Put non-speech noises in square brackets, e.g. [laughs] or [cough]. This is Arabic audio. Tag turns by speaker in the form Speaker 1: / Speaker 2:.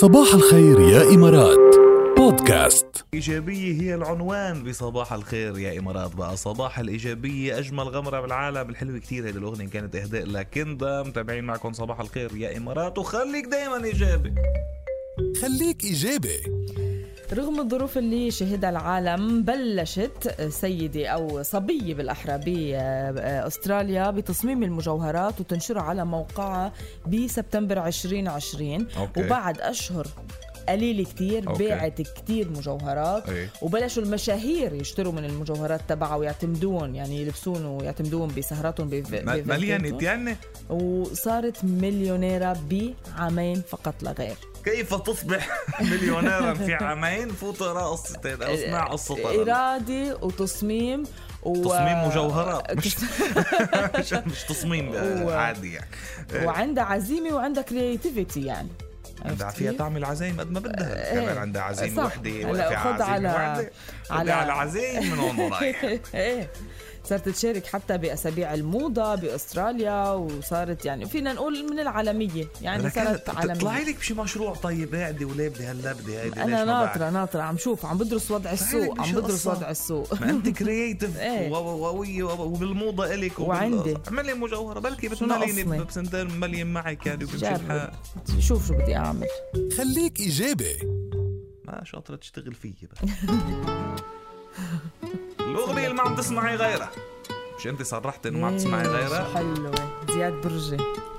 Speaker 1: صباح الخير يا إمارات بودكاست
Speaker 2: إيجابية هي العنوان بصباح الخير يا إمارات بقى صباح الإيجابية أجمل غمرة بالعالم الحلوة كتير هيدي الأغنية كانت إهداء لكندا متابعين معكم صباح الخير يا إمارات وخليك دايما إيجابي
Speaker 1: خليك إيجابي
Speaker 3: رغم الظروف اللي شهدها العالم بلشت سيدة أو صبية بالأحرى بأستراليا بتصميم المجوهرات وتنشرها على موقعها بسبتمبر 2020
Speaker 2: أوكي.
Speaker 3: وبعد أشهر قليلة كتير
Speaker 2: أوكي.
Speaker 3: باعت كتير مجوهرات
Speaker 2: إيه.
Speaker 3: وبلشوا المشاهير يشتروا من المجوهرات تبعها ويعتمدون يعني يلبسون ويعتمدون بسهراتهم بف-
Speaker 2: ما- مليان
Speaker 3: بفيديوهاتهم.
Speaker 2: يتيانة
Speaker 3: وصارت مليونيرة بعامين فقط لا غير
Speaker 2: كيف تصبح [laughs] مليونيرا في عامين فوت اقرا قصتين أو اسمع قصة طرف.
Speaker 3: إرادة وتصميم إيه، و...
Speaker 2: تصميم مجوهرات مش [laughs] مش, مش تصميم آه،
Speaker 3: [laughs] و-
Speaker 2: عادي يعني
Speaker 3: وعندها عزيمة وعندها كرياتيفيتي يعني
Speaker 2: عندها
Speaker 3: عرفت
Speaker 2: فيها
Speaker 3: كيف؟
Speaker 2: تعمل عزايم قد ما بدها
Speaker 3: إيه.
Speaker 2: كمان عندها عزيمة
Speaker 3: صح.
Speaker 2: وحدة
Speaker 3: هلا
Speaker 2: وقفة
Speaker 3: خد
Speaker 2: عزيمة
Speaker 3: على-
Speaker 2: وحدة
Speaker 3: على-
Speaker 2: على على عزايم من هون رايح
Speaker 3: [laughs] ايه صارت تشارك حتى باسابيع الموضه باستراليا وصارت يعني فينا نقول من العالميه يعني
Speaker 2: لكن
Speaker 3: صارت عالميه
Speaker 2: تطلعي لك بشي مشروع طيب قاعده ولا بدي هلا بدي هيدي ليش ما
Speaker 3: انا ناطره
Speaker 2: بعد؟
Speaker 3: ناطره عم شوف عم بدرس وضع السوق
Speaker 2: لك
Speaker 3: عم
Speaker 2: مش
Speaker 3: بدرس
Speaker 2: القصة.
Speaker 3: وضع السوق
Speaker 2: ما انت كرييتيف
Speaker 3: [laughs] إيه.
Speaker 2: وقوية وبالموضة الك وبال-
Speaker 3: وعندي.
Speaker 2: اعملي مجوهرة بلكي بس
Speaker 3: شو ناقصني؟
Speaker 2: ملينة بسنتين مليان معك يعني وبيمشي
Speaker 3: جرب
Speaker 2: الحال
Speaker 3: شوف شو بدي اعمل
Speaker 1: خليك إيجابي
Speaker 2: ما شاطرة تشتغل فيي
Speaker 3: [laughs]
Speaker 2: بس الأغنية اللي ما عم تسمعي غيرها مش انت صرحت انه ما عم تسمعي
Speaker 3: إيه،
Speaker 2: غيرها
Speaker 3: شو حلوه زياد برجي